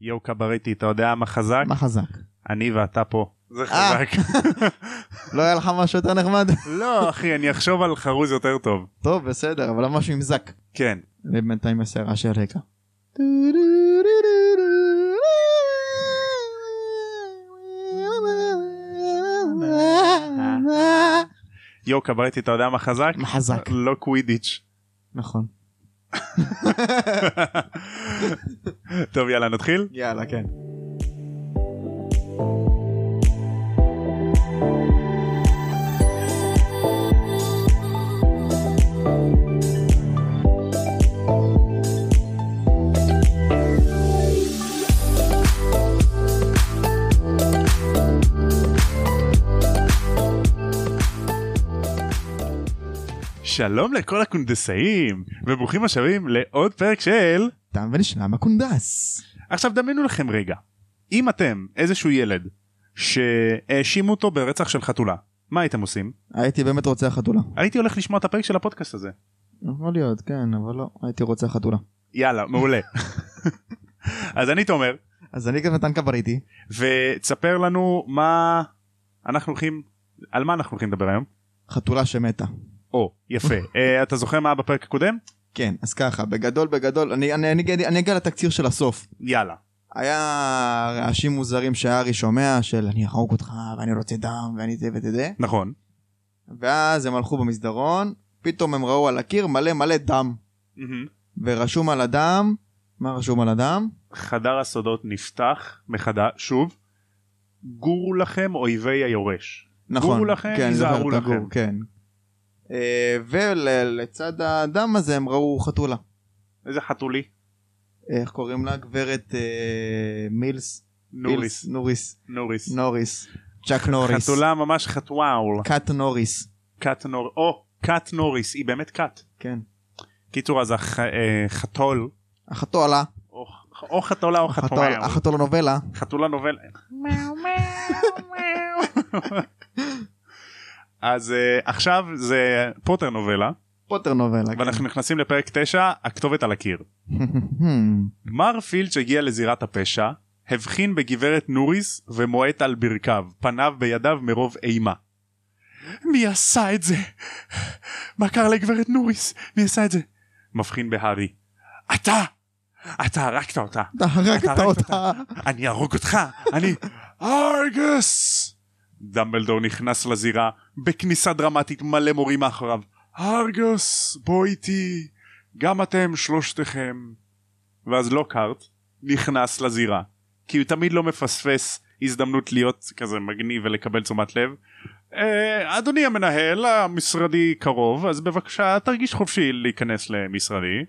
יואו קברטי, אתה יודע מה חזק? מה חזק? אני ואתה פה. זה אה. חזק. לא היה לך משהו יותר נחמד? לא, אחי, אני אחשוב על חרוז יותר טוב. טוב, בסדר, אבל משהו עם זק. כן. ובינתיים הסערה של רקע. יואו קברטי, אתה יודע מה חזק? מה חזק, לא קווידיץ'. נכון. טוב, יאללה, נתחיל? יאללה, כן. שלום לכל הקונדסאים, וברוכים השבים לעוד פרק של... תם ונשלם הקונדס. עכשיו דמיינו לכם רגע, אם אתם איזשהו ילד שהאשימו אותו ברצח של חתולה, מה הייתם עושים? הייתי באמת רוצה חתולה. הייתי הולך לשמוע את הפרק של הפודקאסט הזה. יכול להיות, כן, אבל לא, הייתי רוצה חתולה. יאללה, מעולה. אז אני תומר, אז אני גם נתן קבריטי. ותספר לנו מה אנחנו הולכים, על מה אנחנו הולכים לדבר היום. חתולה שמתה. או, יפה. אה, אתה זוכר מה היה בפרק הקודם? כן, אז ככה, בגדול בגדול, אני, אני, אני, אני, אני אגיע לתקציר של הסוף. יאללה. היה רעשים מוזרים שהארי שומע של אני אחרוק אותך ואני רוצה דם ואני זה וזה זה נכון. ואז הם הלכו במסדרון פתאום הם ראו על הקיר מלא מלא דם ורשום על הדם מה רשום על הדם? חדר הסודות נפתח מחדש, שוב, גורו לכם אויבי היורש. נכון, לכם, כן, אני זוכר היזהרו את הגור, לכם. כן. אה, ולצד הדם הזה הם ראו חתולה איזה חתולי? איך קוראים לה גברת אה, מילס? נוריס. מילס- נוריס נוריס. נוריס צ'אק נוריס חתולה ממש חתוואול. קאט נוריס קאט נור... או, קאט נוריס, היא באמת קאט. כן קיצור, אז הח- אה, חתול, החתולה או- או חתולה אוקיי. או חתואל. החתולה נובלה חתולה נובל. אז אה, עכשיו זה פוטר נובלה, פוטר נובלה. כן. ואנחנו נכנסים לפרק 9, הכתובת על הקיר. מר פילץ' הגיע לזירת הפשע, הבחין בגברת נוריס ומועט על ברכיו, פניו בידיו מרוב אימה. מי עשה את זה? מה קרה לגברת נוריס? מי עשה את זה? מבחין בהארי. אתה! אתה הרגת אותה. אתה הרגת הרגת אותה. אני אהרוג אותך, אני ארגוס! דמבלדור נכנס לזירה, בכניסה דרמטית מלא מורים מאחוריו. ארגוס, בוא איתי, גם אתם שלושתכם. ואז לוקהרט נכנס לזירה, כי הוא תמיד לא מפספס הזדמנות להיות כזה מגניב ולקבל תשומת לב. אה, אדוני המנהל, המשרדי קרוב, אז בבקשה תרגיש חופשי להיכנס למשרדי.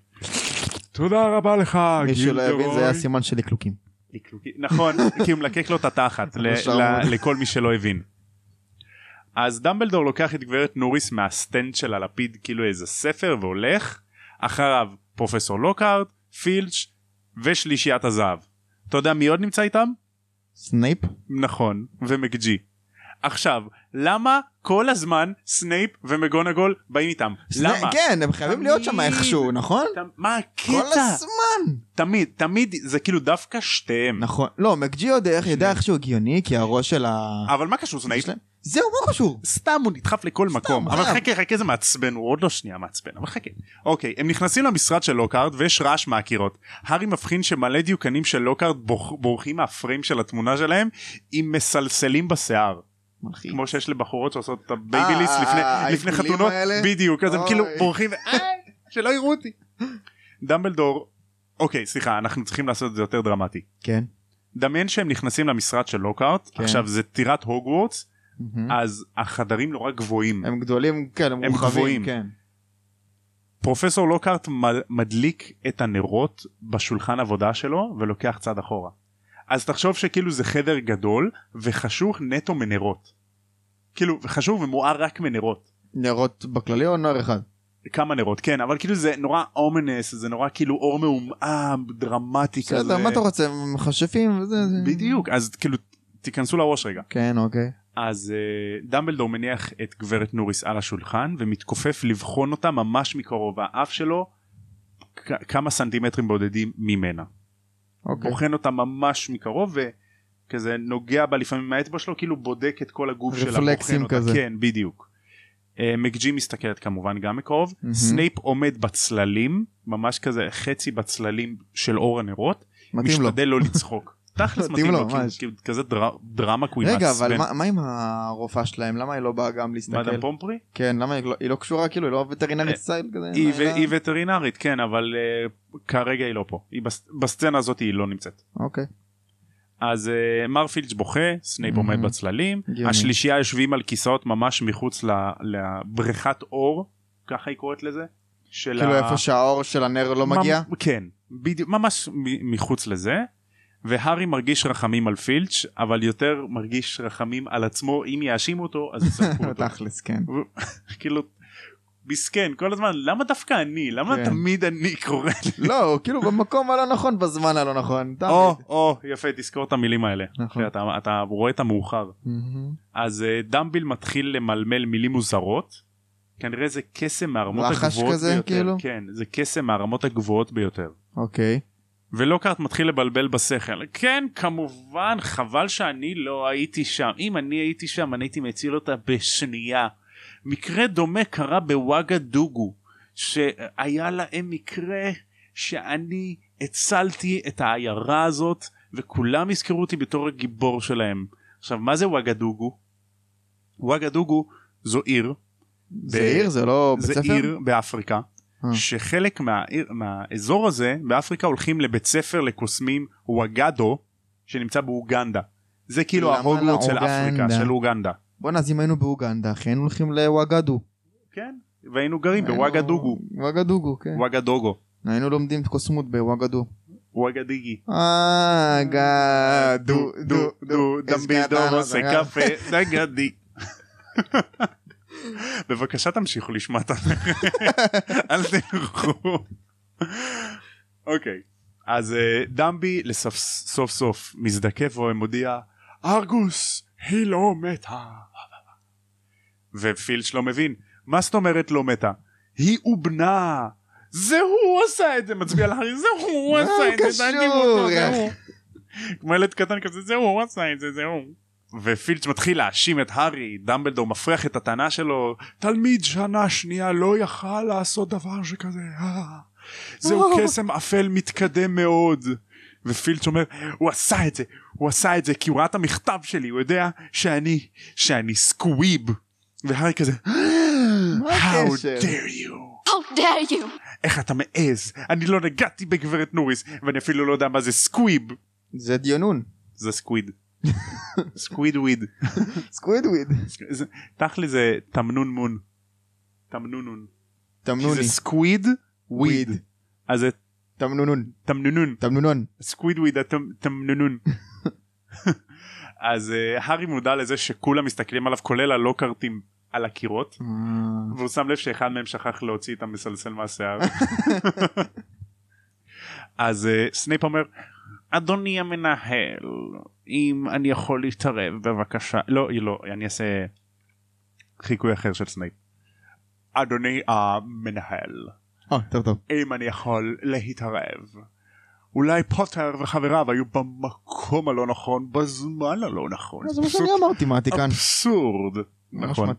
תודה רבה לך, מישהו לא יבין זה היה גילדרוי. סימן של לקלוקים. לקלוקי- נכון כי הוא מלקק לו את התחת ל- עכשיו- ל- לכל מי שלא הבין. אז דמבלדור לוקח את גברת נוריס מהסטנד של הלפיד כאילו איזה ספר והולך אחריו פרופסור לוקהארט פילץ' ושלישיית הזהב. אתה יודע מי עוד נמצא איתם? סנייפ? נכון ומקג'י. עכשיו למה כל הזמן סנייפ ומגונגול באים איתם? למה? כן הם חייבים להיות שם תמיד. איכשהו נכון? אתה- מה כל הקטע? הזמן. תמיד תמיד זה כאילו דווקא שתיהם. נכון. לא מג'י עוד איך יודע איכשהו הגיוני כי הראש של ה... אבל מה קשור אה, סנייפ? שלהם- זהו מה קשור? סתם הוא נדחף לכל מקום אבל חייב. חכה חכה זה מעצבן הוא עוד לא שנייה מעצבן אבל חכה אוקיי הם נכנסים למשרד של לוקהארד ויש רעש מהקירות הארי מבחין שמלא דיוקנים של לוקהארד בורח- בורחים מהפריים של התמונה שלהם עם מסלסלים בשיער מלחיץ. כמו שיש לבחורות שעושות את הבייביליס אה, לפני, אה, לפני העיגולים חתונות האלה? בדיוק אז הם אוי. כאילו בורחים ו- אה, שלא יראו אותי דמבלדור אוקיי סליחה אנחנו צריכים לעשות את זה יותר דרמטי כן. דמיין שהם נכנסים למשרד של לוקהארט כן. עכשיו זה טירת הוגוורטס מהמם. אז החדרים נורא גבוהים הם גדולים כן הם אה, הם גבוהים. מורחבים. כן. פרופסור לוקהרט מ- מדליק את הנרות בשולחן עבודה שלו ולוקח צעד אחורה. אז תחשוב שכאילו זה חדר גדול וחשוך נטו מנרות. כאילו חשוך ומואר רק מנרות. נרות בכללי או נר אחד? כמה נרות כן אבל כאילו זה נורא אומנס זה נורא כאילו אור מעומעם דרמטי כזה. בסדר מה אתה רוצה הם מכשפים וזה. זה- בדיוק אז כאילו תיכנסו לראש רגע. כן אוקיי. אז אה, דמבלדור מניח את גברת נוריס על השולחן ומתכופף לבחון אותה ממש מקרוב האף שלו כ- כמה סנטימטרים בודדים ממנה. אוקיי. בוחן אותה ממש מקרוב וכזה נוגע בה לפעמים עם האצבע שלו כאילו בודק את כל הגוף שלה, רפלקסים בוחן אותה, כזה. כן בדיוק. אה, מקג'י מסתכלת כמובן גם מקרוב, מהמם. סנייפ עומד בצללים ממש כזה חצי בצללים של אור הנרות, מתאים לו. משתדל לא לצחוק. תכלס מתאים לו, ממש. כאילו כאילו כזה דר- דרמה קווין. רגע, אבל מה- מה עם הרופאה שלהם? למה היא לא באה גם מאדם להסתכל? פומפרי? כן, למה היא לא- היא לא קשורה? כאילו, היא לא וטרינרית אה, סטייל כזה? היא אלא- ו- היא וטרינרית כן אבל אה, כרגע היא לא פה היא בס- בסצנה הזאת היא לא נמצאת אוקיי. אז אה, מר פילץ' בוכה סנייפ Mhm. עומד בצללים הגיוני. השלישייה יושבים על כיסאות ממש מחוץ ל- לבריכת אור ככה היא קוראת לזה של כאילו ה- איפה שהאור של הנר לא ממ- מגיע? כן בדיוק ממש מ- מחוץ לזה. והארי מרגיש רחמים על פילץ' אבל יותר מרגיש רחמים על עצמו אם יאשימו אותו אז יספקו אותו. תכלס, כן. כאילו מסכן כל הזמן למה דווקא אני למה כן. תמיד אני קורא לא, הוא כאילו במקום הלא נכון, בזמן הלא נכון. תמיד. או, או, יפה, תזכור את המילים האלה. נכון. אתה, אתה רואה את המאוחר. מהמם. אז אה, דמביל מתחיל למלמל מילים מוזרות. כנראה זה קסם מהרמות לחש הגבוהות כזה, ביותר. כאילו? כן, זה קסם מהרמות הגבוהות ביותר. אוקיי. ולוקארט מתחיל לבלבל בשכל. כן, כמובן, חבל שאני לא הייתי שם. אם אני הייתי שם, אני הייתי מציל אותה בשנייה. מקרה דומה קרה בוואגה דוגו, שהיה להם מקרה שאני הצלתי את העיירה הזאת, וכולם יזכרו אותי בתור הגיבור שלהם. עכשיו, מה זה וואגה דוגו? וואגה דוגו זו עיר, זה עיר? זה לא בית זה ספר? עיר באפריקה, אה. שחלק מהעיר, מהאזור הזה באפריקה הולכים לבית ספר לקוסמים וואגדו שנמצא באוגנדה. זה כאילו למה לא ההוגוורט של לאוגנדה? אפריקה, של אוגנדה. בואנה, אז אם היינו באוגנדה, אחי, היינו הולכים לוואגדו. כן, והיינו גרים אה, אוקיי. בוואגדוגו, וואגדוגו, כן. וואגדוגו, היינו לומדים את קוסמות בוואגדו. וואגדיגי. אה, גא, דו, דו, לא דו, דמבלדור הסגרנו, עושה סגרנו. קפה, דגדי. בבקשה תמשיכו לשמוע את המחר, אל תלכו. אוקיי, אז אה, דמבי לסוף- סוף סוף מזדקף ומודיע, ארגוס, היא לא מתה. ופילץ' לא מבין, מה זאת אומרת לא מתה? היא ובנה. זה הוא עשה את זה, מצביע להארי, זה הוא מה עשה את זה, קשור? תעדיף אותו, זה הוא. כמו ילד קטן כזה, זה הוא עשה את זה, זה הוא. ופילץ' מתחיל להאשים את הארי, דמבלדור מפריח את הטענה שלו, תלמיד שנה שנייה לא יכל לעשות דבר שכזה, אה. זהו אה. קסם אפל מתקדם מאוד. ופילץ' אומר, הוא עשה את זה, הוא עשה את זה כי הוא ראה את המכתב שלי, הוא יודע שאני, שאני סקוויב. והארי כזה, "אה, מה How הקשר? dare you. How dare you! איך אתה מעז? אני לא נגעתי בגברת נוריס, ואני אפילו לא יודע מה זה סקוויב. זה דיונון. זה סקוויד. סקוויד וויד. סקווידוויד. זה- תכלי זה תמנון מון. תמנונון. כי תמנוני. זה סקוויד וויד. וויד. אז זה תמנונון. תמנונון. תמנונון. סקווידוויד התמנונון. אז אה, הארי מודע לזה שכולם מסתכלים עליו כולל הלוקארטים על הקירות והוא שם לב שאחד מהם שכח להוציא את המסלסל מהשיער. אז אה, סנייפ אומר אדוני המנהל אם אני יכול להתערב בבקשה לא היא לא אני אעשה חיקוי אחר של סנייפ. אדוני המנהל אה, יותר טוב. אם אני יכול להתערב. אולי פוטר וחבריו היו במקום הלא נכון בזמן הלא נכון. זה מה שאני פשוט אמרתי, מעתי כאן. אה, אבסורד. נכון.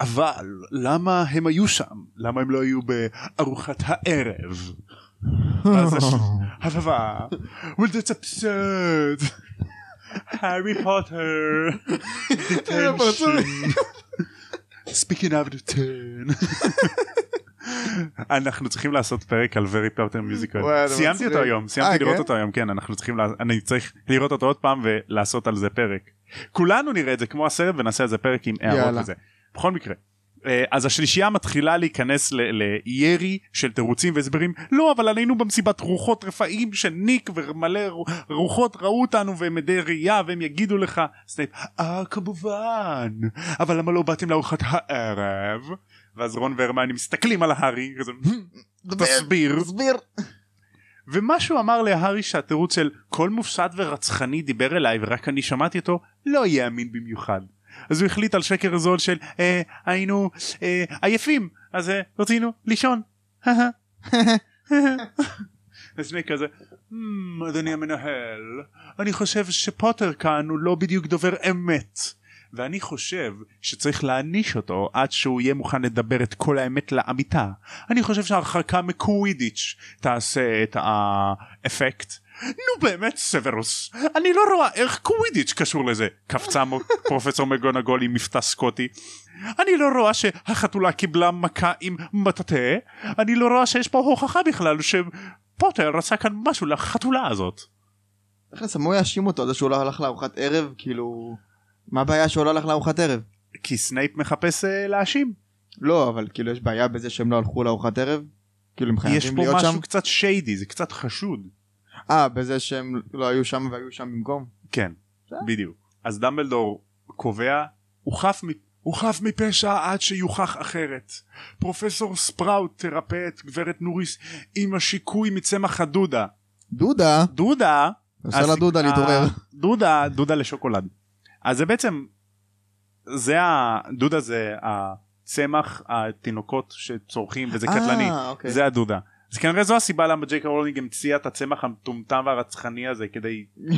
אבל למה הם היו שם? למה הם לא היו בארוחת הערב? אה. אז יש- הבבה. well that's absurd. הארי פוטר. detention. Speaking of the turn. אנחנו צריכים לעשות פרק על ורי פאוטר מיוזיקל. וואלה, סיימתי מצחיק. אותו היום, אה, סיימתי לראות כן? אותו היום, כן, אנחנו צריכים, לע- אני צריך לראות אותו עוד פעם ולעשות על זה פרק. כולנו נראה את זה כמו הסרט ונעשה על זה פרק עם הערות יאללה. וזה. בכל מקרה. אה, אז השלישייה מתחילה להיכנס ל- לירי של תירוצים והסברים לא אבל עלינו במסיבת רוחות רפאים של ניק ומלא רו- רוחות ראו אותנו והם עדי ראייה והם יגידו לך סנייפ אה כמובן אבל למה לא באתם לארוחת הערב ואז רון והרמני מסתכלים על הארי כזה "Hmm, תסביר תסביר. ומשהו אמר להארי שהתירוץ של כל מופסד ורצחני דיבר אליי ורק אני שמעתי אותו לא יהיה אמין במיוחד. אז הוא החליט על שקר זול של אה, היינו אה, עייפים אז אה, רצינו לישון. אז שני כזה "Hmm, אדוני המנהל, אני חושב שפוטר כאן הוא לא בדיוק דובר אמת, ואני חושב שצריך להעניש אותו עד שהוא יהיה מוכן לדבר את כל האמת לאמיתה. אני חושב שההרחקה מקווידיץ' תעשה את האפקט. נו באמת סוורוס, אני לא רואה איך קווידיץ' קשור לזה, קפצה מו- פרופסור מגונגול עם מבטא סקוטי. אני לא רואה שהחתולה קיבלה מכה עם מטאטא, אני לא רואה שיש פה הוכחה בכלל שפוטר עשה כאן משהו לחתולה הזאת. תכלס, הם לא יאשימו אותו על זה שהוא לא הלך לארוחת ערב, כאילו... מה הבעיה שהוא לא הלך לארוחת ערב? כי סנייפ מחפש אה, להאשים. לא, אבל כאילו יש בעיה בזה שהם לא הלכו לארוחת ערב? כאילו הם יש חייבים פה להיות משהו שם? קצת שיידי, זה קצת חשוד. אה, בזה שהם לא היו שם והיו שם במקום? כן, בסדר. בדיוק. אז דמבלדור קובע, הוא חף, מ- הוא חף מפשע עד שיוכח אחרת. פרופסור ספראוט תרפא את גברת נוריס עם השיקוי מצמח הדודה. דודה, דודה עושה אז- אה, לה דודה להתעורר. דודה דודה לשוקולד אז זה בעצם זה ה- דודה זה הצמח התינוקות שצורכים וזה קטלני אה, אוקיי. זה הדודה אז כנראה זו הסיבה למה ג'ייקה רולינג המציאה את הצמח המטומטם והרצחני הזה כדי זה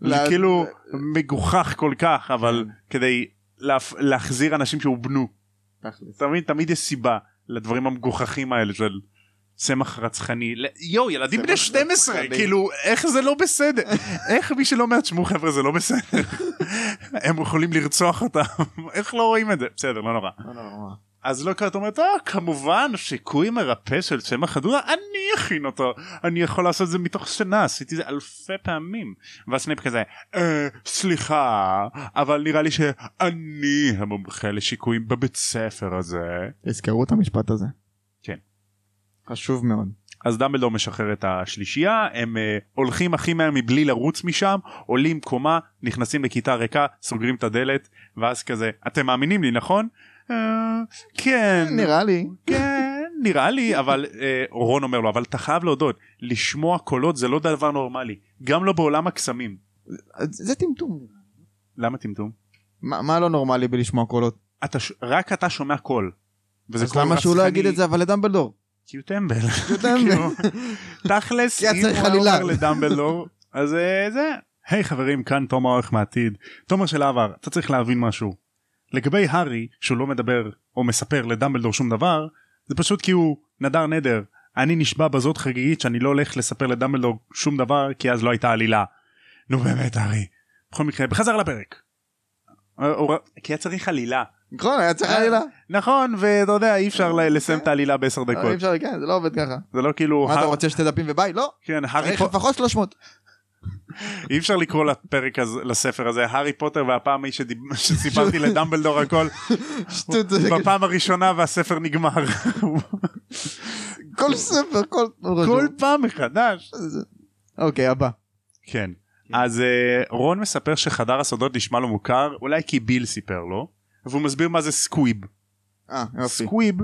לה- כן. כאילו מגוחך כל כך אבל כדי להפ- להחזיר אנשים שהובנו תכלס. אתה מבין תמיד יש סיבה לדברים המגוחכים האלה של צמח רצחני ל- יואו ילדים צמח בני 12 רצחני. כאילו איך זה לא בסדר איך מי שלא אומר תשמעו חבר'ה זה לא בסדר הם יכולים לרצוח אותם איך לא רואים את זה בסדר לא נורא לא, לא, לא, לא. אז לא קראת אומרת אה כמובן שיקוי מרפא של צמח הדודה אני אכין אותו אני יכול לעשות את זה מתוך שינה עשיתי זה אלפי פעמים ואז סנייפ כזה אה, סליחה אבל נראה לי שאני המומחה לשיקויים בבית ספר הזה תזכרו את המשפט הזה. כן. חשוב מאוד. אז דמבלדור משחרר את השלישייה הם אה, הולכים הכי מהר מבלי לרוץ משם עולים קומה נכנסים לכיתה ריקה סוגרים את הדלת ואז כזה אתם מאמינים לי נכון? "אה, כן נראה לי. כן נראה לי אבל אה, רון אומר לו אבל אתה חייב להודות לשמוע קולות זה לא דבר נורמלי גם לא בעולם הקסמים אז זה טמטום. למה טמטום? מה מה לא נורמלי בלשמוע קולות? אתה ש... רק אתה שומע קול. וזה אז קול למה שהוא לא רצחני, יגיד את זה אבל לדמבלדור? כי הוא טמבל. טמבל. כאילו, תכלס כי היה אם צריך הוא היה עלילה. אומר לדמבלדור אז אה, זה. היי חברים כאן תום האורך מהעתיד. תומר של העבר אתה צריך להבין משהו. לגבי הארי שהוא לא מדבר או מספר לדמבלדור שום דבר זה פשוט כי הוא נדר נדר. אני נשבע בזאת חגיגית שאני לא הולך לספר לדמבלדור שום דבר כי אז לא הייתה עלילה. נו באמת הארי. בכל מקרה בחזר לפרק. אה, הוא ר- כי היה צריך עלילה. נכון, היה אה, צריך עלילה. נכון ואתה יודע אי אפשר ל- לסיים את העלילה בעשר אה, אי דקות אפשר, כן, זה לא עובד ככה. זה לא כאילו מה אתה הר- רוצה שתי דפים וביי? לא. כן, הארי צריך פוטר לפחות 300. אי אפשר לקרוא לפרק הזה לספר הזה הארי פוטר והפעם ההיא שדיב- שסיפרתי לדמבלדור הכל שטות, זה בפעם הראשונה והספר נגמר כל ספר, כל... כל פעם מחדש אוקיי, הבא. כן אז אה, רון מספר שחדר הסודות נשמע לו מוכר אולי כי ביל סיפר לו והוא מסביר מה זה סקוויב אה, יופי. סקוויב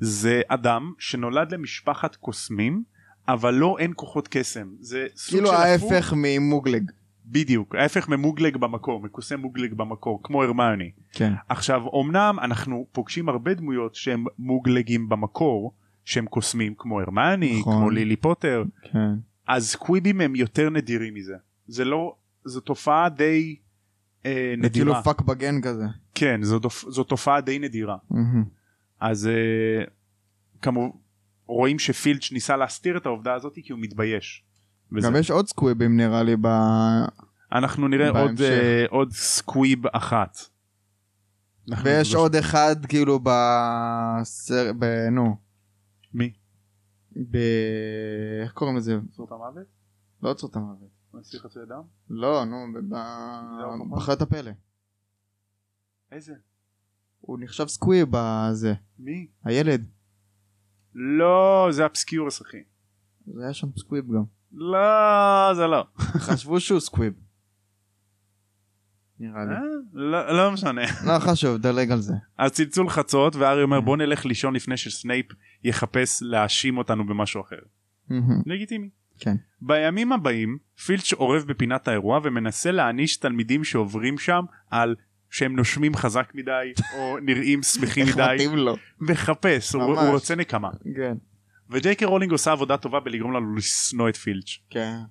זה אדם שנולד למשפחת קוסמים אבל לו אין כוחות קסם זה סוג כאילו של הפוך. ההפך ממוגלג. בדיוק ההפך ממוגלג במקור מקוסם מוגלג במקור כמו הרמיוני כן. עכשיו אמנם אנחנו פוגשים הרבה דמויות שהם מוגלגים במקור שהם קוסמים כמו הרמיוני נכון. כמו לילי פוטר כן. אז סקוויבים הם יותר נדירים מזה זה לא זו תופעה די אה, זה כאילו נדירה פאק בגן כזה. כן זו, תופ- זו תופעה די נדירה מהמם. אז אה, כמובן רואים שפילץ' ניסה להסתיר את העובדה הזאת כי הוא מתבייש. וזה- גם יש עוד סקוויבים נראה לי ב... אנחנו נראה עוד, בהמשך. אה, עוד סקוויב אחת. אנחנו ויש נפגוש- עוד אחד כאילו בסר... ב... נו. מי? ב... איך קוראים לזה? צורת המוות? לא עוצר את המוות. נשיא חצוי אדם? לא, נו, ב- לא, ב- נכון. בחיות הפלא. איזה? הוא נחשב סקוויב בזה. מי? הילד. לא, זה אבסקיורס אחי. זה היה שם סקוויב גם. לא, זה לא. חשבו שהוא סקוויב. נראה לי. אה? לא לא משנה. לא חשוב, דלג על זה. אז צלצול חצות והארי אומר בוא נלך לישון לפני שסנייפ יחפש להאשים אותנו במשהו אחר. מהמם. לגיטימי. כן. בימים הבאים פילץ' אורב בפינת האירוע ומנסה להעניש תלמידים שעוברים שם על שהם נושמים חזק מדי או נראים שמחים איך מדי. מתאים לו. מחפש, הוא ממש. הוא רוצה נקמה. כן. וג'יי קיי רולינג עושה עבודה טובה בלגרום לנו לשנוא את פילץ'. כן. אה.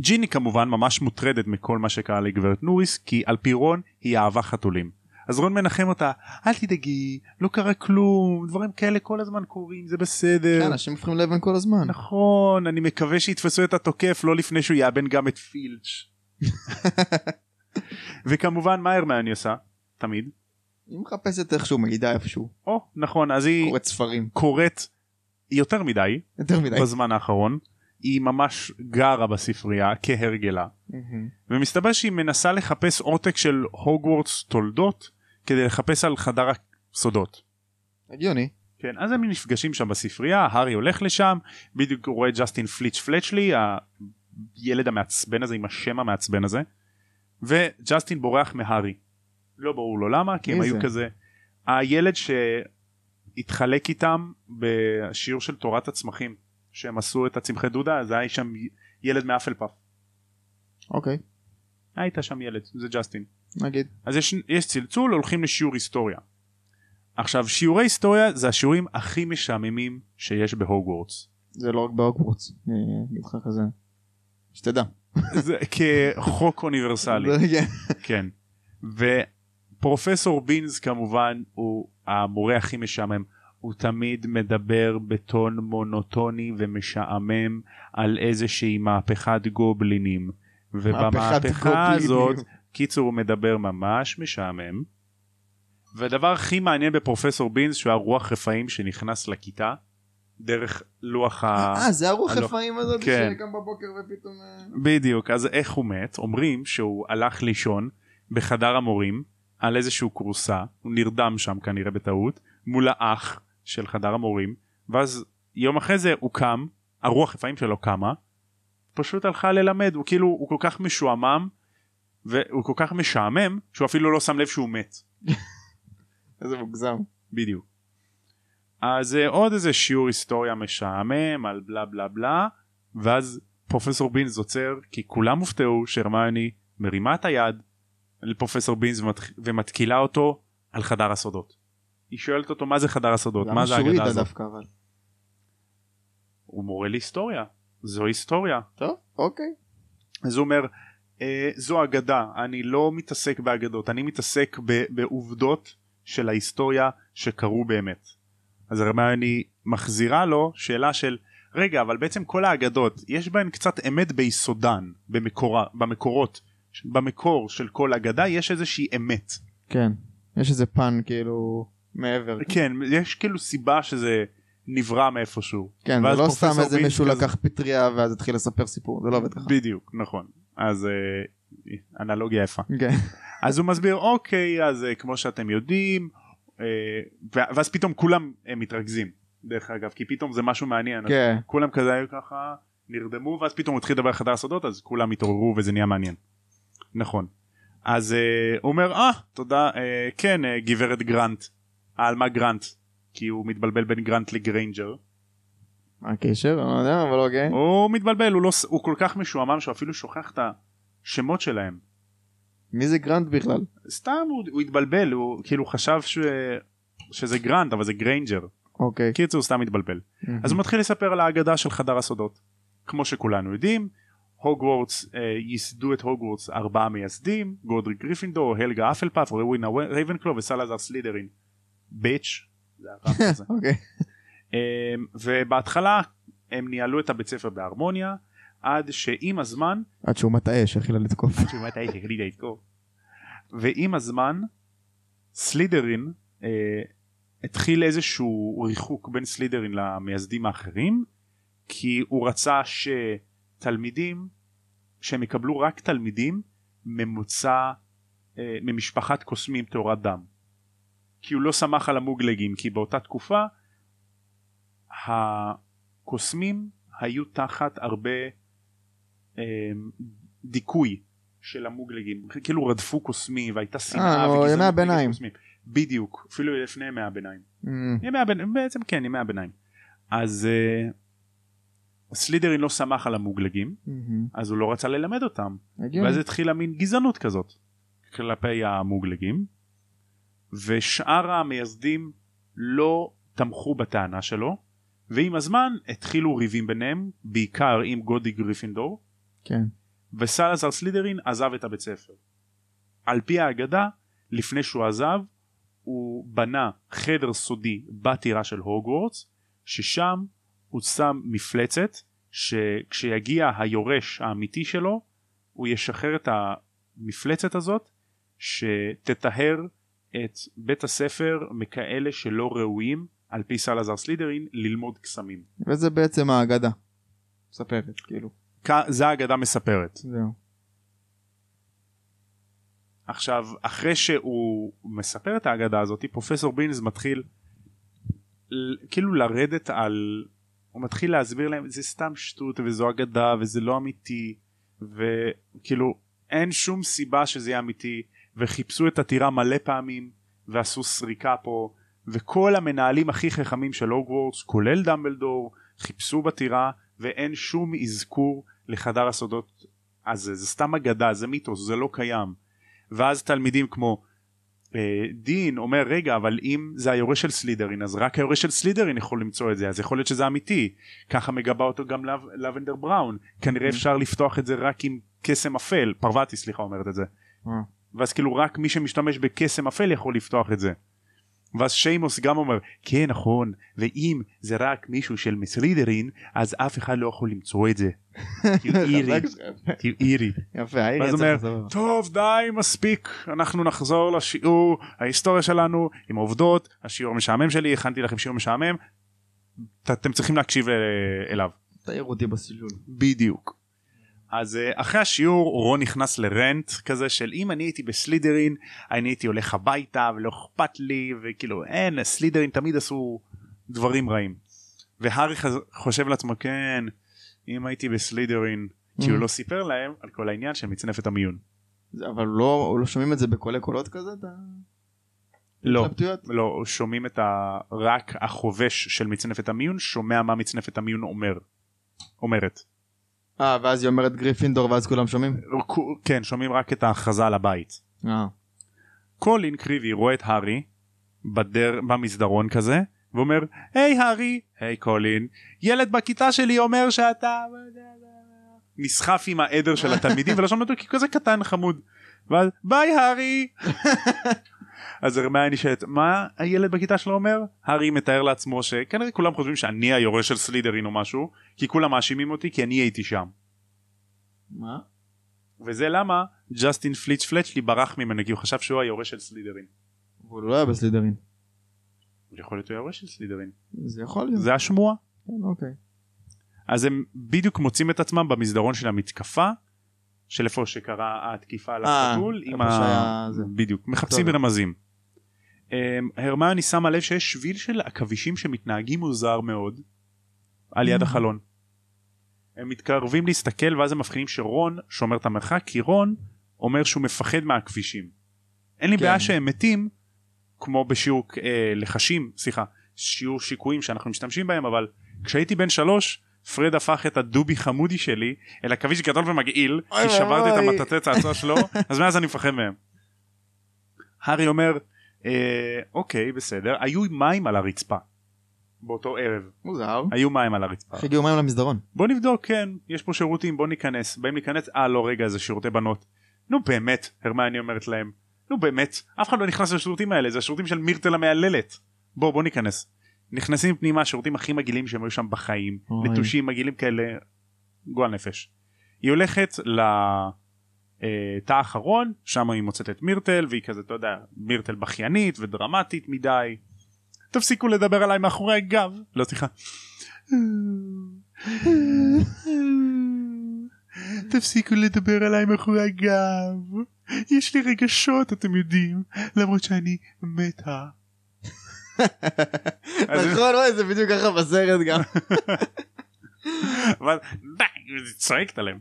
ג'יני כמובן ממש מוטרדת מכל מה שקרה לגברת נוריס כי על פי רון היא אהבה חתולים. אז רון מנחם אותה אל תדאגי לא קרה כלום דברים כאלה כל הזמן קורים זה בסדר. כן, אנשים הופכים לבן כל הזמן. נכון אני מקווה שיתפסו את התוקף לא לפני שהוא יאבן גם את פילץ'. וכמובן מה הרמיוני עושה? תמיד. היא מחפשת איכשהו מידע איפשהו. או נכון אז היא קוראת ספרים. קוראת יותר מדי יותר מדי. בזמן האחרון. היא ממש גרה בספרייה כהרגלה מהמם. ומסתבר שהיא מנסה לחפש עותק של הוגוורטס תולדות כדי לחפש על חדר הסודות. הגיוני. כן, אז הם נפגשים שם בספרייה, הארי הולך לשם, בדיוק הוא רואה את ג'סטין פליץ' פלצ'לי, הילד המעצבן הזה עם השם המעצבן הזה, וג'סטין בורח מהארי. לא ברור לו למה, כי הם מי היו זה? כזה... הילד שהתחלק איתם בשיעור של תורת הצמחים, שהם עשו את הצמחי דודה, אז היה שם ילד מאפל פאף. אוקיי. היית שם ילד, זה ג'סטין. נגיד. אז יש, יש צלצול הולכים לשיעור היסטוריה. עכשיו שיעורי היסטוריה זה השיעורים הכי משעממים שיש בהוגוורטס. זה לא רק בהוגוורטס. אה, אגיד לך כזה. שתדע. זה כחוק אוניברסלי, זה- כן. כן. ופרופסור בינז כמובן הוא המורה הכי משעמם. הוא תמיד מדבר בטון מונוטוני ומשעמם על איזושהי מהפכת גובלינים. ובמהפכה גובלינים. הזאת קיצור הוא מדבר ממש משעמם. והדבר הכי מעניין בפרופסור בינס שהוא הרוח רפאים שנכנס לכיתה דרך לוח ה... אה זה הרוח הלא- רפאים הזאת כן. שקם בבוקר ופתאום... אה, בדיוק אז איך הוא מת אומרים שהוא הלך לישון בחדר המורים על איזשהו כורסה הוא נרדם שם כנראה בטעות מול האח של חדר המורים ואז יום אחרי זה הוא קם הרוח רפאים שלו קמה פשוט הלכה ללמד הוא כאילו הוא כל כך משועמם והוא כל כך משעמם שהוא אפילו לא שם לב שהוא מת. איזה מוגזם. בדיוק. אז אה, עוד איזה שיעור היסטוריה משעמם על בלה בלה בלה ואז פרופסור בינז עוצר כי כולם הופתעו שהרמיוני מרימה את היד לפרופסור בינז ומתח- ומתקילה אותו על חדר הסודות. היא שואלת אותו מה זה חדר הסודות מה זה למה שהוא האגדה ידע הזאת דווקא אבל. הוא מורה להיסטוריה זו היסטוריה טוב, אוקיי. אז הוא אומר אה, זו אגדה אני לא מתעסק באגדות אני מתעסק ב- בעובדות של ההיסטוריה שקרו באמת. אז הרמיוני מחזירה לו שאלה של רגע אבל בעצם כל האגדות יש בהן קצת אמת ביסודן במקורה, במקורות במקור של כל אגדה יש איזושהי אמת כן. יש איזה פן כאילו מעבר. כן יש כאילו סיבה שזה נברא מאיפשהו כן, ואז זה לא פרופסור סתם איזה בינס מישהו כזה- לקח פטריה ואז התחיל לספר סיפור, זה לא עובד ככה. בדיוק נכון אז אה, אנלוגיה יפה. כן. אז הוא מסביר אוקיי אז אה, כמו שאתם יודעים אה, ו- ואז פתאום כולם אה, מתרכזים דרך אגב כי פתאום זה משהו מעניין אז כן. כולם כזה היו ככה נרדמו ואז פתאום הוא התחיל לדבר על חדר הסודות אז כולם התעוררו וזה נהיה מעניין. נכון אז אה, הוא אומר אה תודה אה, כן אה, גברת גרנט אה, על מה גרנט כי הוא מתבלבל בין גרנט לגריינג'ר מה הקשר? אני לא יודע, אבל אוקיי. הוא מתבלבל הוא לא ס- הוא כל כך משועמם שהוא אפילו שוכח את השמות שלהם. מי זה גרנט בכלל? סתם הוא, הוא התבלבל הוא כאילו חשב ש, שזה גרנט אבל זה גריינג'ר אוקיי. קיצור הוא סתם התבלבל אז הוא מתחיל לספר על האגדה של חדר הסודות כמו שכולנו יודעים הוגוורטס אה, ייסדו את הוגוורטס ארבעה מייסדים גודריק גריפינדור הלגה אפלפאף רווינה רייבנקלו וסלאזר סלידרין ביץ' זה הרב הזה. אוקיי. אמ, ובהתחלה הם ניהלו את הבית ספר בהרמוניה עד שעם הזמן עד שהוא מטעה שהתחילה לתקוף. עד שהוא באמת האיש החליטה לתקוף. ועם הזמן סלידרין אה, התחיל איזשהו ריחוק בין סלידרין למייסדים האחרים כי הוא רצה שתלמידים שהם יקבלו רק תלמידים ממוצא אה, ממשפחת קוסמים טהורת דם. כי הוא לא סמך על המוגלגים כי באותה תקופה הקוסמים היו תחת הרבה אה, דיכוי של המוגלגים כאילו רדפו קוסמים והייתה אה, שנאה נו, ימי נגד הביניים. קוסמים. בדיוק אפילו לפני ימי הביניים אמ, ימי הביניים בעצם כן ימי הביניים אז אה, סלידרין לא סמך על המוגלגים אמ, אז הוא לא רצה ללמד אותם הגיוני. ואז התחילה מין גזענות כזאת כלפי המוגלגים ושאר המייסדים לא תמכו בטענה שלו ועם הזמן התחילו ריבים ביניהם, בעיקר עם גודי גריפינדור, כן. וסלאזר סלידרין עזב את הבית ספר. על פי האגדה, לפני שהוא עזב, הוא בנה חדר סודי בטירה של הוגוורטס, ששם הוא שם מפלצת, שכשיגיע היורש האמיתי שלו, הוא ישחרר את המפלצת הזאת, שתטהר את בית הספר מכאלה שלא ראויים, על פי סלאזר סלידרין, ללמוד קסמים. וזה בעצם האגדה. מספרת, כאילו. כ- זה האגדה מספרת. זהו. עכשיו, אחרי שהוא מספר את האגדה הזאת, פרופסור בינז מתחיל ל- כאילו לרדת על... הוא מתחיל להסביר להם, זה סתם שטות וזו אגדה וזה לא אמיתי, וכאילו אין שום סיבה שזה יהיה אמיתי, וחיפשו את הטירה מלא פעמים, ועשו סריקה פה, וכל המנהלים הכי חכמים של הוגוורטס, כולל דמבלדור, חיפשו בטירה, ואין שום אזכור לחדר הסודות הזה, זה סתם אגדה, זה מיתוס, זה לא קיים. ואז תלמידים כמו אה, דין אומר רגע אבל אם זה היורש של סלידרין אז רק היורש של סלידרין יכול למצוא את זה אז יכול להיות שזה אמיתי ככה מגבה אותו גם לו, לבנדר בראון כנראה אפשר לפתוח את זה רק עם קסם אפל פרווטי סליחה אומרת את זה אה, ואז כאילו רק מי שמשתמש בקסם אפל יכול לפתוח את זה. ואז שיימוס גם אומר כן נכון ואם זה רק מישהו של מסלידרין אז אף אחד לא יכול למצוא את זה. תהיו כאילו, אירי, חזק שלך. תהיו אירי. יפה, העיר ואז יצא אומר, בסבבה. טוב די מספיק אנחנו נחזור לשיעור ההיסטוריה שלנו עם העובדות השיעור המשעמם שלי הכנתי לכם שיעור משעמם ת- אתם צריכים להקשיב אה, אליו תעיר אותי בסילול. בדיוק. אז אה, אחרי השיעור רון נכנס לרנט כזה של אם אני הייתי בסלידרין אני הייתי הולך הביתה ולא אכפת לי וכאילו אין סלידרין תמיד עשו דברים רעים. והארי חז- חושב לעצמו כן אם הייתי בסלידרין כי הוא Mm. לא סיפר להם על כל העניין של מצנפת המיון. זה- אבל לא לא שומעים את זה בקולי קולות כזה? את ה- לא. ההתלבטויות? לא שומעים את ה... רק החובש של מצנפת המיון שומע מה מצנפת המיון אומר. אומרת. אה, ואז היא אומרת גריפינדור ואז כולם שומעים? כן שומעים רק את ההכרזה על הבית. אה. קולין קריבי רואה את הארי בדר... במסדרון כזה ואומר היי הארי היי קולין ילד בכיתה שלי אומר שאתה נסחף עם העדר של התלמידים ולא שומע אותו כי הוא כזה קטן חמוד. ואז ביי הארי. אז הרמיוני שואלת מה הילד בכיתה שלו אומר? הארי מתאר לעצמו שכנראה כולם חושבים שאני היורש של סלידרין או משהו כי כולם מאשימים אותי כי אני הייתי שם. מה? וזה למה ג'סטין פליץ' פלצ'לי ברח ממנו כי הוא חשב שהוא היורש של סלידרין. הוא לא היה בסלידרין. יכול להיות הוא היורש של סלידרין. זה יכול להיות. זה השמועה. כן, אוקיי. אז הם בדיוק מוצאים את עצמם במסדרון של המתקפה, של איפה שקרה התקיפה על אה, החתול, עם איפה ה... שהיה זה. בדיוק, מחפשים טוב. רמזים. אמ, הרמיוני שמה לב שיש שביל של עכבישים שמתנהגים מוזר מאוד, על יד Mm. החלון. הם מתקרבים להסתכל ואז הם מבחינים שרון שומר את המרחק, כי רון אומר שהוא מפחד מהכבישים. אין לי כן. בעיה שהם מתים, כמו בשיעור אה, לחשים, סליחה, שיעור שיקויים שאנחנו משתמשים בהם, אבל כשהייתי בן שלוש, פרד הפך את הדובי חמודי שלי אל עכביש גדול ומגעיל, אוי כי שברתי את ואבוי. המטאטא צעצוע שלו, אז מאז אני מפחד מהם. הארי אומר, אה, אוקיי, בסדר, היו מים על הרצפה. באותו ערב, מוזר. היו מים על הרצפה. איך הגיעו מים למסדרון? בוא נבדוק, כן, יש פה שירותים, בוא ניכנס. באים להיכנס, אה, לא, רגע, זה שירותי בנות. נו באמת, הרמיוני אומרת להם. נו באמת, אף אחד לא נכנס לשירותים האלה, זה השירותים של מירטל המהללת. בוא, בוא ניכנס. נכנסים פנימה, השירותים הכי מגעילים שהם היו שם בחיים. אוי. נטושים מגעילים כאלה, גועל נפש. היא הולכת לתא האחרון, שם היא מוצאת את מירטל, והיא כזה, אתה יודע, מירטל בכיינית ודרמטית מדי. תפסיקו לדבר עליי מאחורי הגב. לא, סליחה. תפסיקו לדבר עליי מאחורי הגב. יש לי רגשות, אתם יודעים, למרות שאני מתה. אז- נכון, אוי, זה בדיוק ככה בסרט גם. אבל די, היא צועקת עליהם.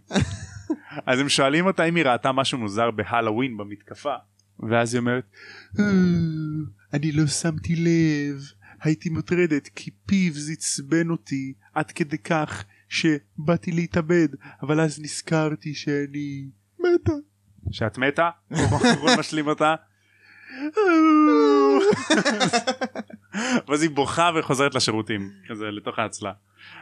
אז הם שואלים אותה אם היא ראתה משהו מוזר בהלואוין במתקפה. ואז היא אומרת, "אה, אני לא שמתי לב, הייתי מוטרדת כי פיבס עצבן אותי עד כדי כך שבאתי להתאבד, אבל אז נזכרתי שאני מתה. שאת מתה? רון משלים אותה. "אה." ואז היא בוכה וחוזרת לשירותים, כזה לתוך ההצלה.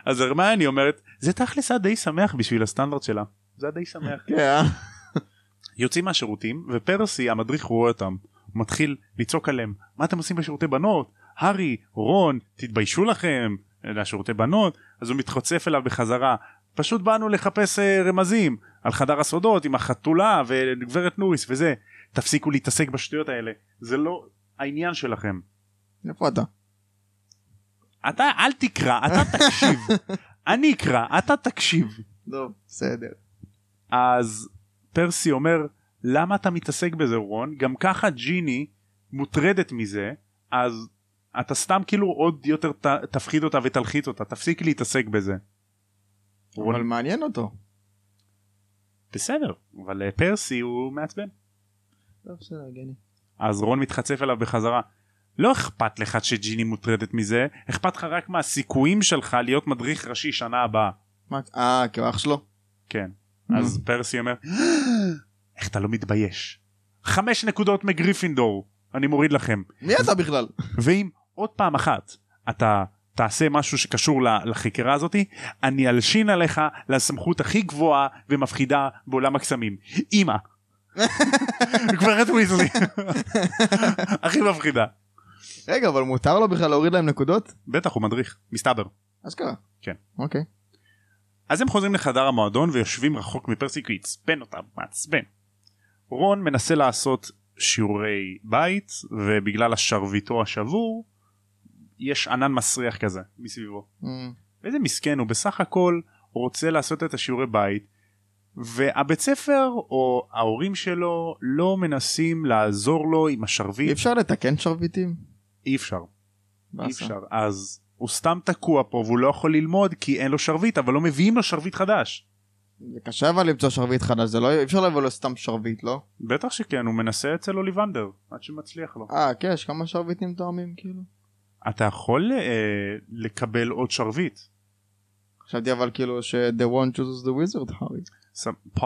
אז הרמיוני אומרת, זה תכלס היה די שמח בשביל הסטנדרט שלה. זה היה די שמח. כן, אה? יוצאים מהשירותים, ופרסי המדריך רואה אותם. הוא מתחיל לצעוק עליהם, מה אתם עושים בשירותי בנות? הארי, רון, תתביישו לכם, אלה השירותי בנות. אז הוא מתחוצף אליו בחזרה, פשוט באנו לחפש אה, רמזים על חדר הסודות עם החתולה וגברת נוריס וזה. תפסיקו להתעסק בשטויות האלה, זה לא העניין שלכם. איפה אתה? אתה אל תקרא, אתה תקשיב. אני אקרא, אתה תקשיב. לא, בסדר. אז פרסי אומר למה אתה מתעסק בזה רון גם ככה ג'יני מוטרדת מזה אז אתה סתם כאילו עוד יותר ת, תפחיד אותה ותלחית אותה תפסיק להתעסק בזה. אבל רון, מעניין אותו. בסדר אבל אה, פרסי הוא מעצבן לא, בסדר, הגיוני. אז רון מתחצף אליו בחזרה. לא אכפת לך שג'יני מוטרדת מזה אכפת לך רק מהסיכויים שלך להיות מדריך ראשי שנה הבאה. מה- אה, כי הוא אח שלו? כן. Mm-hmm. אז פרסי אומר, "אה, איך אתה לא מתבייש? חמש נקודות מגריפינדור, אני מוריד לכם. מי אתה בכלל? ואם עוד פעם אחת אתה תעשה משהו שקשור ל- לחקירה הזאתי, אני אלשין עליך לסמכות הכי גבוהה ומפחידה בעולם הקסמים. אימא. גברת ויזלי. הכי מפחידה. רגע, אבל מותר לו בכלל להוריד להם נקודות? בטח, הוא מדריך, מסתבר. אשכרה. כן. אוקיי. אז הם חוזרים לחדר המועדון ויושבים רחוק מפרסי כי הוא עצבן אותם, מעצבן. רון מנסה לעשות שיעורי בית ובגלל השרביטו השבור יש ענן מסריח כזה מסביבו. איזה מסכן הוא בסך הכל רוצה לעשות את השיעורי בית והבית ספר או ההורים שלו לא מנסים לעזור לו עם אי השרביט אפשר לתקן שרביטים? אי אפשר אי באסה. אפשר אז הוא סתם תקוע פה והוא לא יכול ללמוד כי אין לו שרביט אבל לא מביאים לו שרביט חדש. זה קשה אבל למצוא שרביט חדש, זה לא... אי אפשר לבוא לו סתם שרביט, לא? בטח שכן, הוא מנסה אצל אוליבנדר, עד שמצליח לו. אה, כן, יש כמה שרביטים תואמים, כאילו. אתה יכול אה, לקבל עוד שרביט. חשבתי אבל כאילו ש-The one chooses the wizard, הארי. פוטר.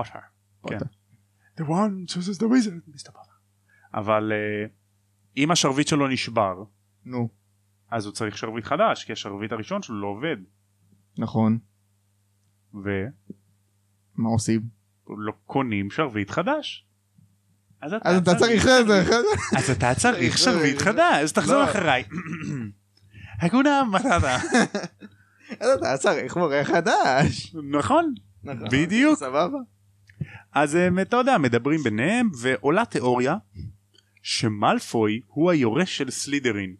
כן. פוטר. The one chooses the wizard, מיסטר פוטר. אבל אה, אם השרביט שלו נשבר, נו, אז הוא צריך שרביט חדש, כי השרביט הראשון שלו לא עובד. נכון. ולא מה עושים? קונים שרביט חדש. אז אז אתה צריך איזה... אז אתה צריך שרביט לא. חדש, תחזור לא. אחריי. הגונה מטאטה. אז אתה צריך מורה חדש. נכון, בדיוק. סבבה. אז הם, אתה יודע, מדברים ביניהם, ועולה תיאוריה שמלפוי הוא היורש של סלידרין.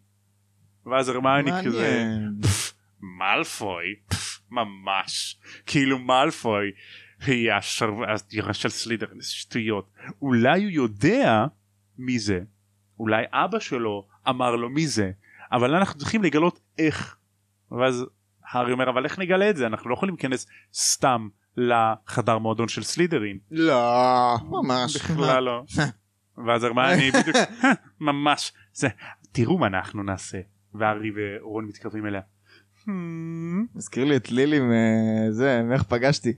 ואז הרמיוני כזה, מעניין. מלפוי? פף, ממש. כאילו מלפוי היא השר- היורש של סלידרין, איזה שטויות. אולי הוא יודע מי זה, אולי אבא שלו אמר לו מי זה, אבל אנחנו צריכים לגלות איך. ואז הארי אומר, אבל איך נגלה את זה? אנחנו לא יכולים להיכנס סתם לחדר מועדון של סלידרין. לא, ממש. בכלל לא. ואז הרמני בדיוק, ממש, זה, תראו מה אנחנו נעשה. והארי ורון מתקרבים אליה. "הם, מזכיר לי את לילי מזה, מאיך פגשתי.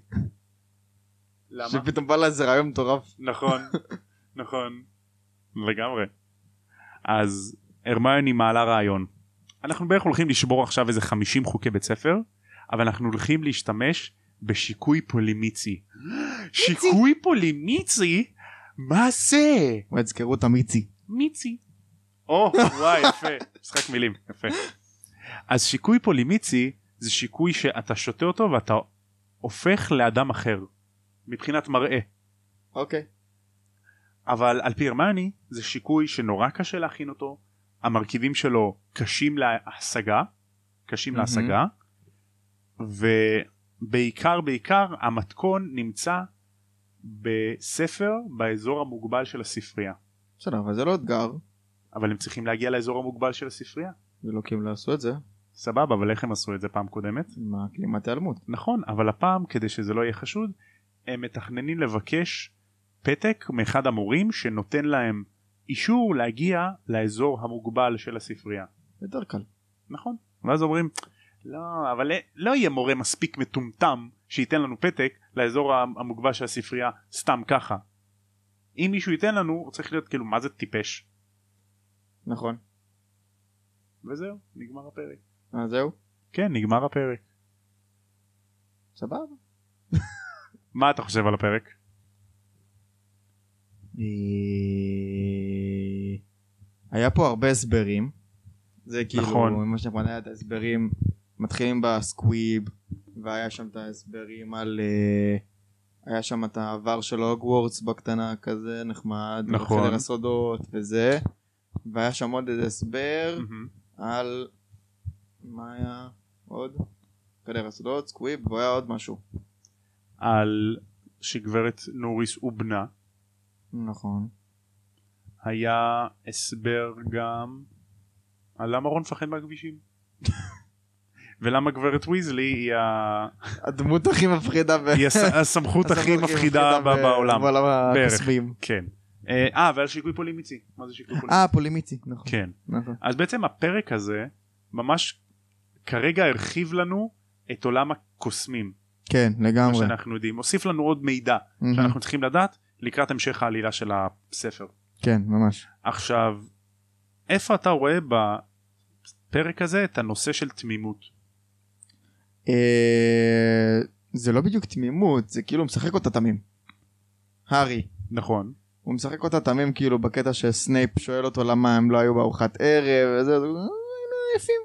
שפתאום בא לה איזה רעיון מטורף. נכון, נכון. לגמרי. אז הרמיוני מעלה רעיון. אנחנו בערך הולכים לשבור עכשיו איזה 50 חוקי בית ספר, אבל אנחנו הולכים להשתמש בשיקוי פולימיצי. שיקוי פולימיצי? מה זה? וואי, תזכרו את המיצי. מיצי. או, וואי, יפה. משחק מילים, יפה. אז שיקוי פולימיצי זה שיקוי שאתה שותה אותו ואתה הופך לאדם אחר, מבחינת מראה. אוקיי. אבל על פי הרמיוני זה שיקוי שנורא קשה להכין אותו, המרכיבים שלו קשים להשגה, קשים מהמם. להשגה, ובעיקר בעיקר המתכון נמצא בספר באזור המוגבל של הספרייה. בסדר, אבל זה לא אתגר. אבל הם צריכים להגיע לאזור המוגבל של הספרייה. ולא כי הם לא עשו את זה. סבבה אבל איך הם עשו את זה פעם קודמת עם הכלימת היעלמות. נכון אבל הפעם כדי שזה לא יהיה חשוד הם מתכננים לבקש פתק מאחד המורים שנותן להם אישור להגיע לאזור המוגבל של הספרייה יותר קל. נכון ואז אומרים לא אבל אה, לא יהיה מורה מספיק מטומטם שייתן לנו פתק לאזור המ- המוגבל של הספרייה סתם ככה אם מישהו ייתן לנו הוא צריך להיות כאילו מה זה טיפש נכון. וזהו, נגמר הפרק. אה, זהו? כן, נגמר הפרק. סבבה. מה אתה חושב על הפרק? אה, היה פה הרבה הסברים. זה כאילו, נכון. מה שאנחנו היה את ההסברים, מתחילים בסקוויב, והיה שם את ההסברים על... אה, היה שם את העבר של הוגוורטס בקטנה כזה, נחמד, נכון. חדר הסודות וזה, והיה שם עוד איזה אה. הסבר על... מה היה עוד? חדר הסודות, סקוויב, והיה עוד משהו. על שגברת נוריס ובנה נכון. היה הסבר גם על למה רון מפחד מהכבישים. ולמה גברת ויזלי היא ה- הדמות הכי מפחידה ב... היא הס- הסמכות הכי מפחידה ב- בעולם. אה, בעולם בערך. הכספיים. כן. אה, אה, ועל שיקוי פולימיצי. מה זה שיקוי פולימיצי? אה, פולימיצי, נכון. כן. נכון. אז בעצם הפרק הזה ממש כרגע הרחיב לנו את עולם הקוסמים. כן, מה לגמרי. שאנחנו יודעים. הוסיף לנו עוד מידע מהמם. שאנחנו צריכים לדעת לקראת המשך העלילה של הספר. כן, ממש. עכשיו, איפה אתה רואה בפרק הזה את הנושא של תמימות? אה, זה לא בדיוק תמימות, זה כאילו משחק אותה תמים. הארי. נכון. הוא משחק אותה תמים כאילו בקטע שסנייפ שואל אותו למה הם לא היו בארוחת ערב וזה, אז הוא אומר, "אה, היינו עייפים.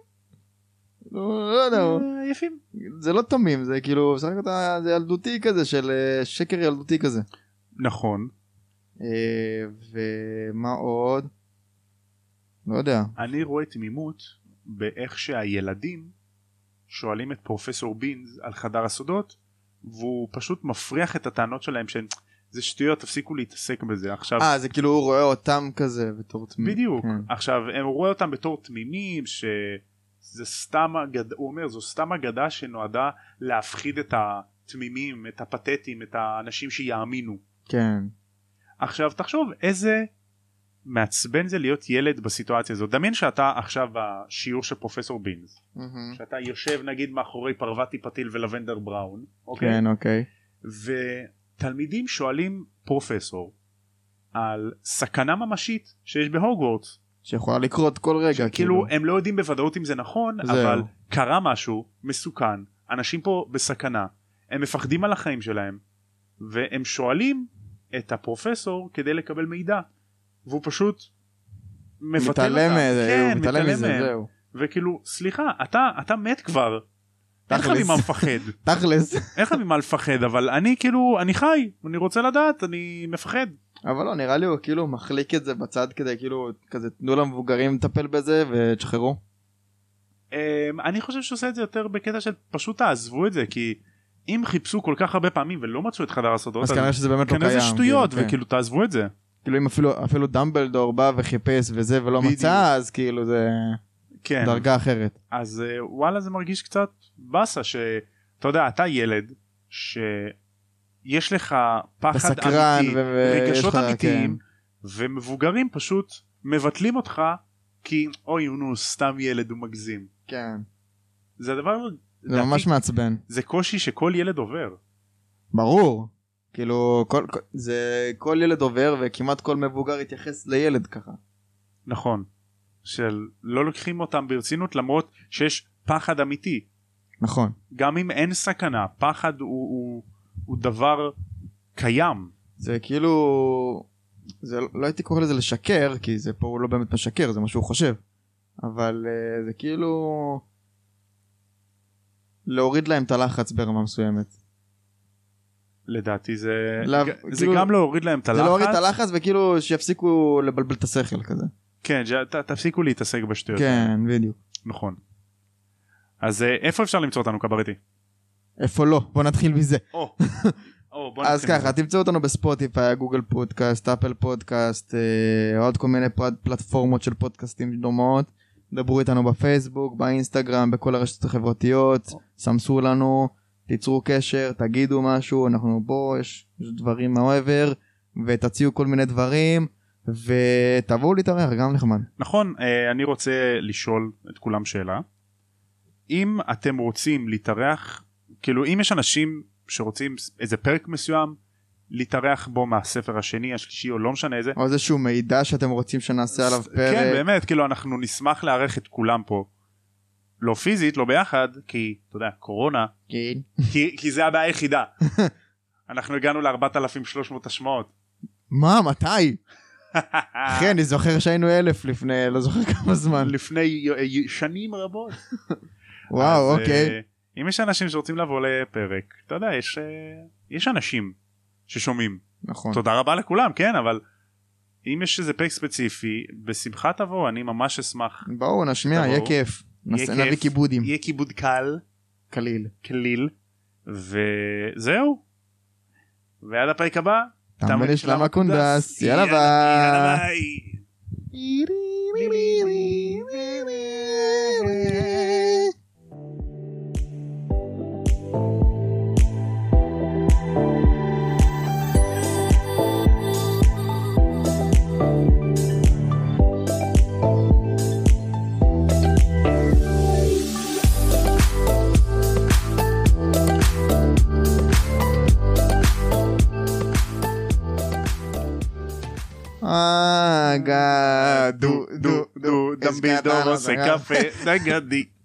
לא לא יודע, הוא- אה, יפים. זה לא תמים, זה כאילו, הוא משחק אותה, זה ילדותי כזה של אה, שקר ילדותי כזה. נכון. אה, ומה עוד? לא יודע. אני רואה תמימות באיך שהילדים שואלים את פרופסור בינז על חדר הסודות והוא פשוט מפריח את הטענות שלהם שהן זה שטויות תפסיקו להתעסק בזה עכשיו אה, זה כאילו הוא רואה אותם כזה בתור תמים. בדיוק כן. עכשיו הם רואה אותם בתור תמימים שזה סתם אגדה הוא אומר זו סתם אגדה שנועדה להפחיד את התמימים את הפתטים את האנשים שיאמינו כן. עכשיו תחשוב איזה מעצבן זה להיות ילד בסיטואציה הזאת דמיין שאתה עכשיו בשיעור של פרופסור בינז מהמם. שאתה יושב נגיד מאחורי פרווטי פתיל ולבנדר בראון, אוקיי? כן, אוקיי. ותלמידים שואלים פרופסור על סכנה ממשית שיש בהוגוורטס. שיכולה לקרות כל רגע, כאילו כאילו. הם לא יודעים בוודאות אם זה נכון, זהו. אבל קרה משהו מסוכן, אנשים פה בסכנה, הם מפחדים על החיים שלהם, והם שואלים את הפרופסור כדי לקבל מידע, והוא פשוט מבטל אותם. מתעלם מזה, כן, הוא מתעלם מזה, מהם. זהו. וכאילו סליחה אתה אתה מת כבר. אין לך תכלס. ממה לפחד, תכלס. אין לך ממה לפחד אבל אני כאילו אני חי אני רוצה לדעת אני מפחד אבל לא, נראה לי הוא כאילו מחליק את זה בצד כדי כאילו, כזה תנו למבוגרים לטפל בזה ותשחררו. אמ, אני חושב שעושה את זה יותר בקטע של פשוט תעזבו את זה כי אם חיפשו כל כך הרבה פעמים ולא מצאו את חדר הסודות אז כנראה שזה באמת לא קיים. כנראה זה שטויות כאילו, כן. וכאילו תעזבו את זה כאילו אם אפילו- אפילו דמבלדור בא וחיפש וזה ולא בדיוק. מצא, אז כאילו זה כן דרגה אחרת. אז אה, וואלה זה מרגיש קצת באסה שאתה יודע אתה ילד שיש לך אתה פחד סקרן אמיתי ו- ו- רגשות יש לך- כן. אמיתיים ומבוגרים פשוט מבטלים אותך כי אוי נו סתם ילד הוא מגזים כן. כן. זה הדבר זה לדעתי, ממש מעצבן. זה קושי שכל ילד עובר ברור. כאילו, כל- כל- זה כל ילד עובר וכמעט כל מבוגר יתייחס לילד ככה. נכון של לא לוקחים אותם ברצינות למרות שיש פחד אמיתי נכון. גם אם אין סכנה פחד הוא, הוא, הוא דבר קיים זה כאילו זה לא- לא הייתי קורא לזה לשקר כי זה פה הוא לא באמת משקר זה מה שהוא חושב אבל אה, זה כאילו להוריד להם את הלחץ ברמה מסוימת לדעתי זה לא, ג- זה כאילו- גם להוריד להם את זה להוריד את הלחץ הלחץ וכאילו שיפסיקו לבלבל את השכל כזה כן ש- ת- תפסיקו להתעסק בשטויות כן בדיוק נכון אז אה, איפה אפשר למצוא אותנו קברטי. איפה לא בוא נתחיל מזה או, או, בוא אז נתחיל מזה. ככה תמצאו אותנו בספוטיפיי גוגל פודקאסט אפל פודקאסט אה, עוד כל מיני פרט- פלטפורמות של פודקאסטים דומות דברו איתנו בפייסבוק באינסטגרם בכל הרשתות החברתיות סמסו לנו תיצרו קשר תגידו משהו אנחנו פה יש, יש דברים מעבר ותציעו כל מיני דברים ותבואו להתארח גם נחמד נכון אה, אני רוצה לשאול את כולם שאלה אם אתם רוצים להתארח כאילו אם יש אנשים שרוצים ס- איזה פרק מסוים להתארח בו מהספר השני השלישי או לא משנה איזה. או איזשהו מידע שאתם רוצים שנעשה עליו פרק. כן באמת כאילו אנחנו נשמח לארח את כולם פה. לא פיזית לא ביחד כי אתה יודע קורונה כן. כי, כי זה הבעיה היחידה. אנחנו הגענו ל-4300 השמעות. מה, מתי? אה. אחי, אני זוכר שהיינו אלף לפני, לא זוכר כמה זמן. לפני אה, אה, שנים רבות. וואו, אז, אוקיי. אה, אם יש אנשים שרוצים לבוא לפרק, אתה יודע, יש, אה, יש אנשים ששומעים. נכון. תודה רבה לכולם, כן, אבל אם יש איזה פרק ספציפי, בשמחה תבוא, אני ממש אשמח. בואו, נשמיע, תבואו. יהיה כיף. יהיה נעשה- כיף. נביא כיבודים. יהיה כיבוד קל, קליל. כליל, וזהו. ועד הפרק הבא. תם תם ולשלם הקונדס. יאללה יאללה ביי. ביי. אה, גדו, דו, אה, אה, אה. דו דו דמבלדור עושה קפה נגדי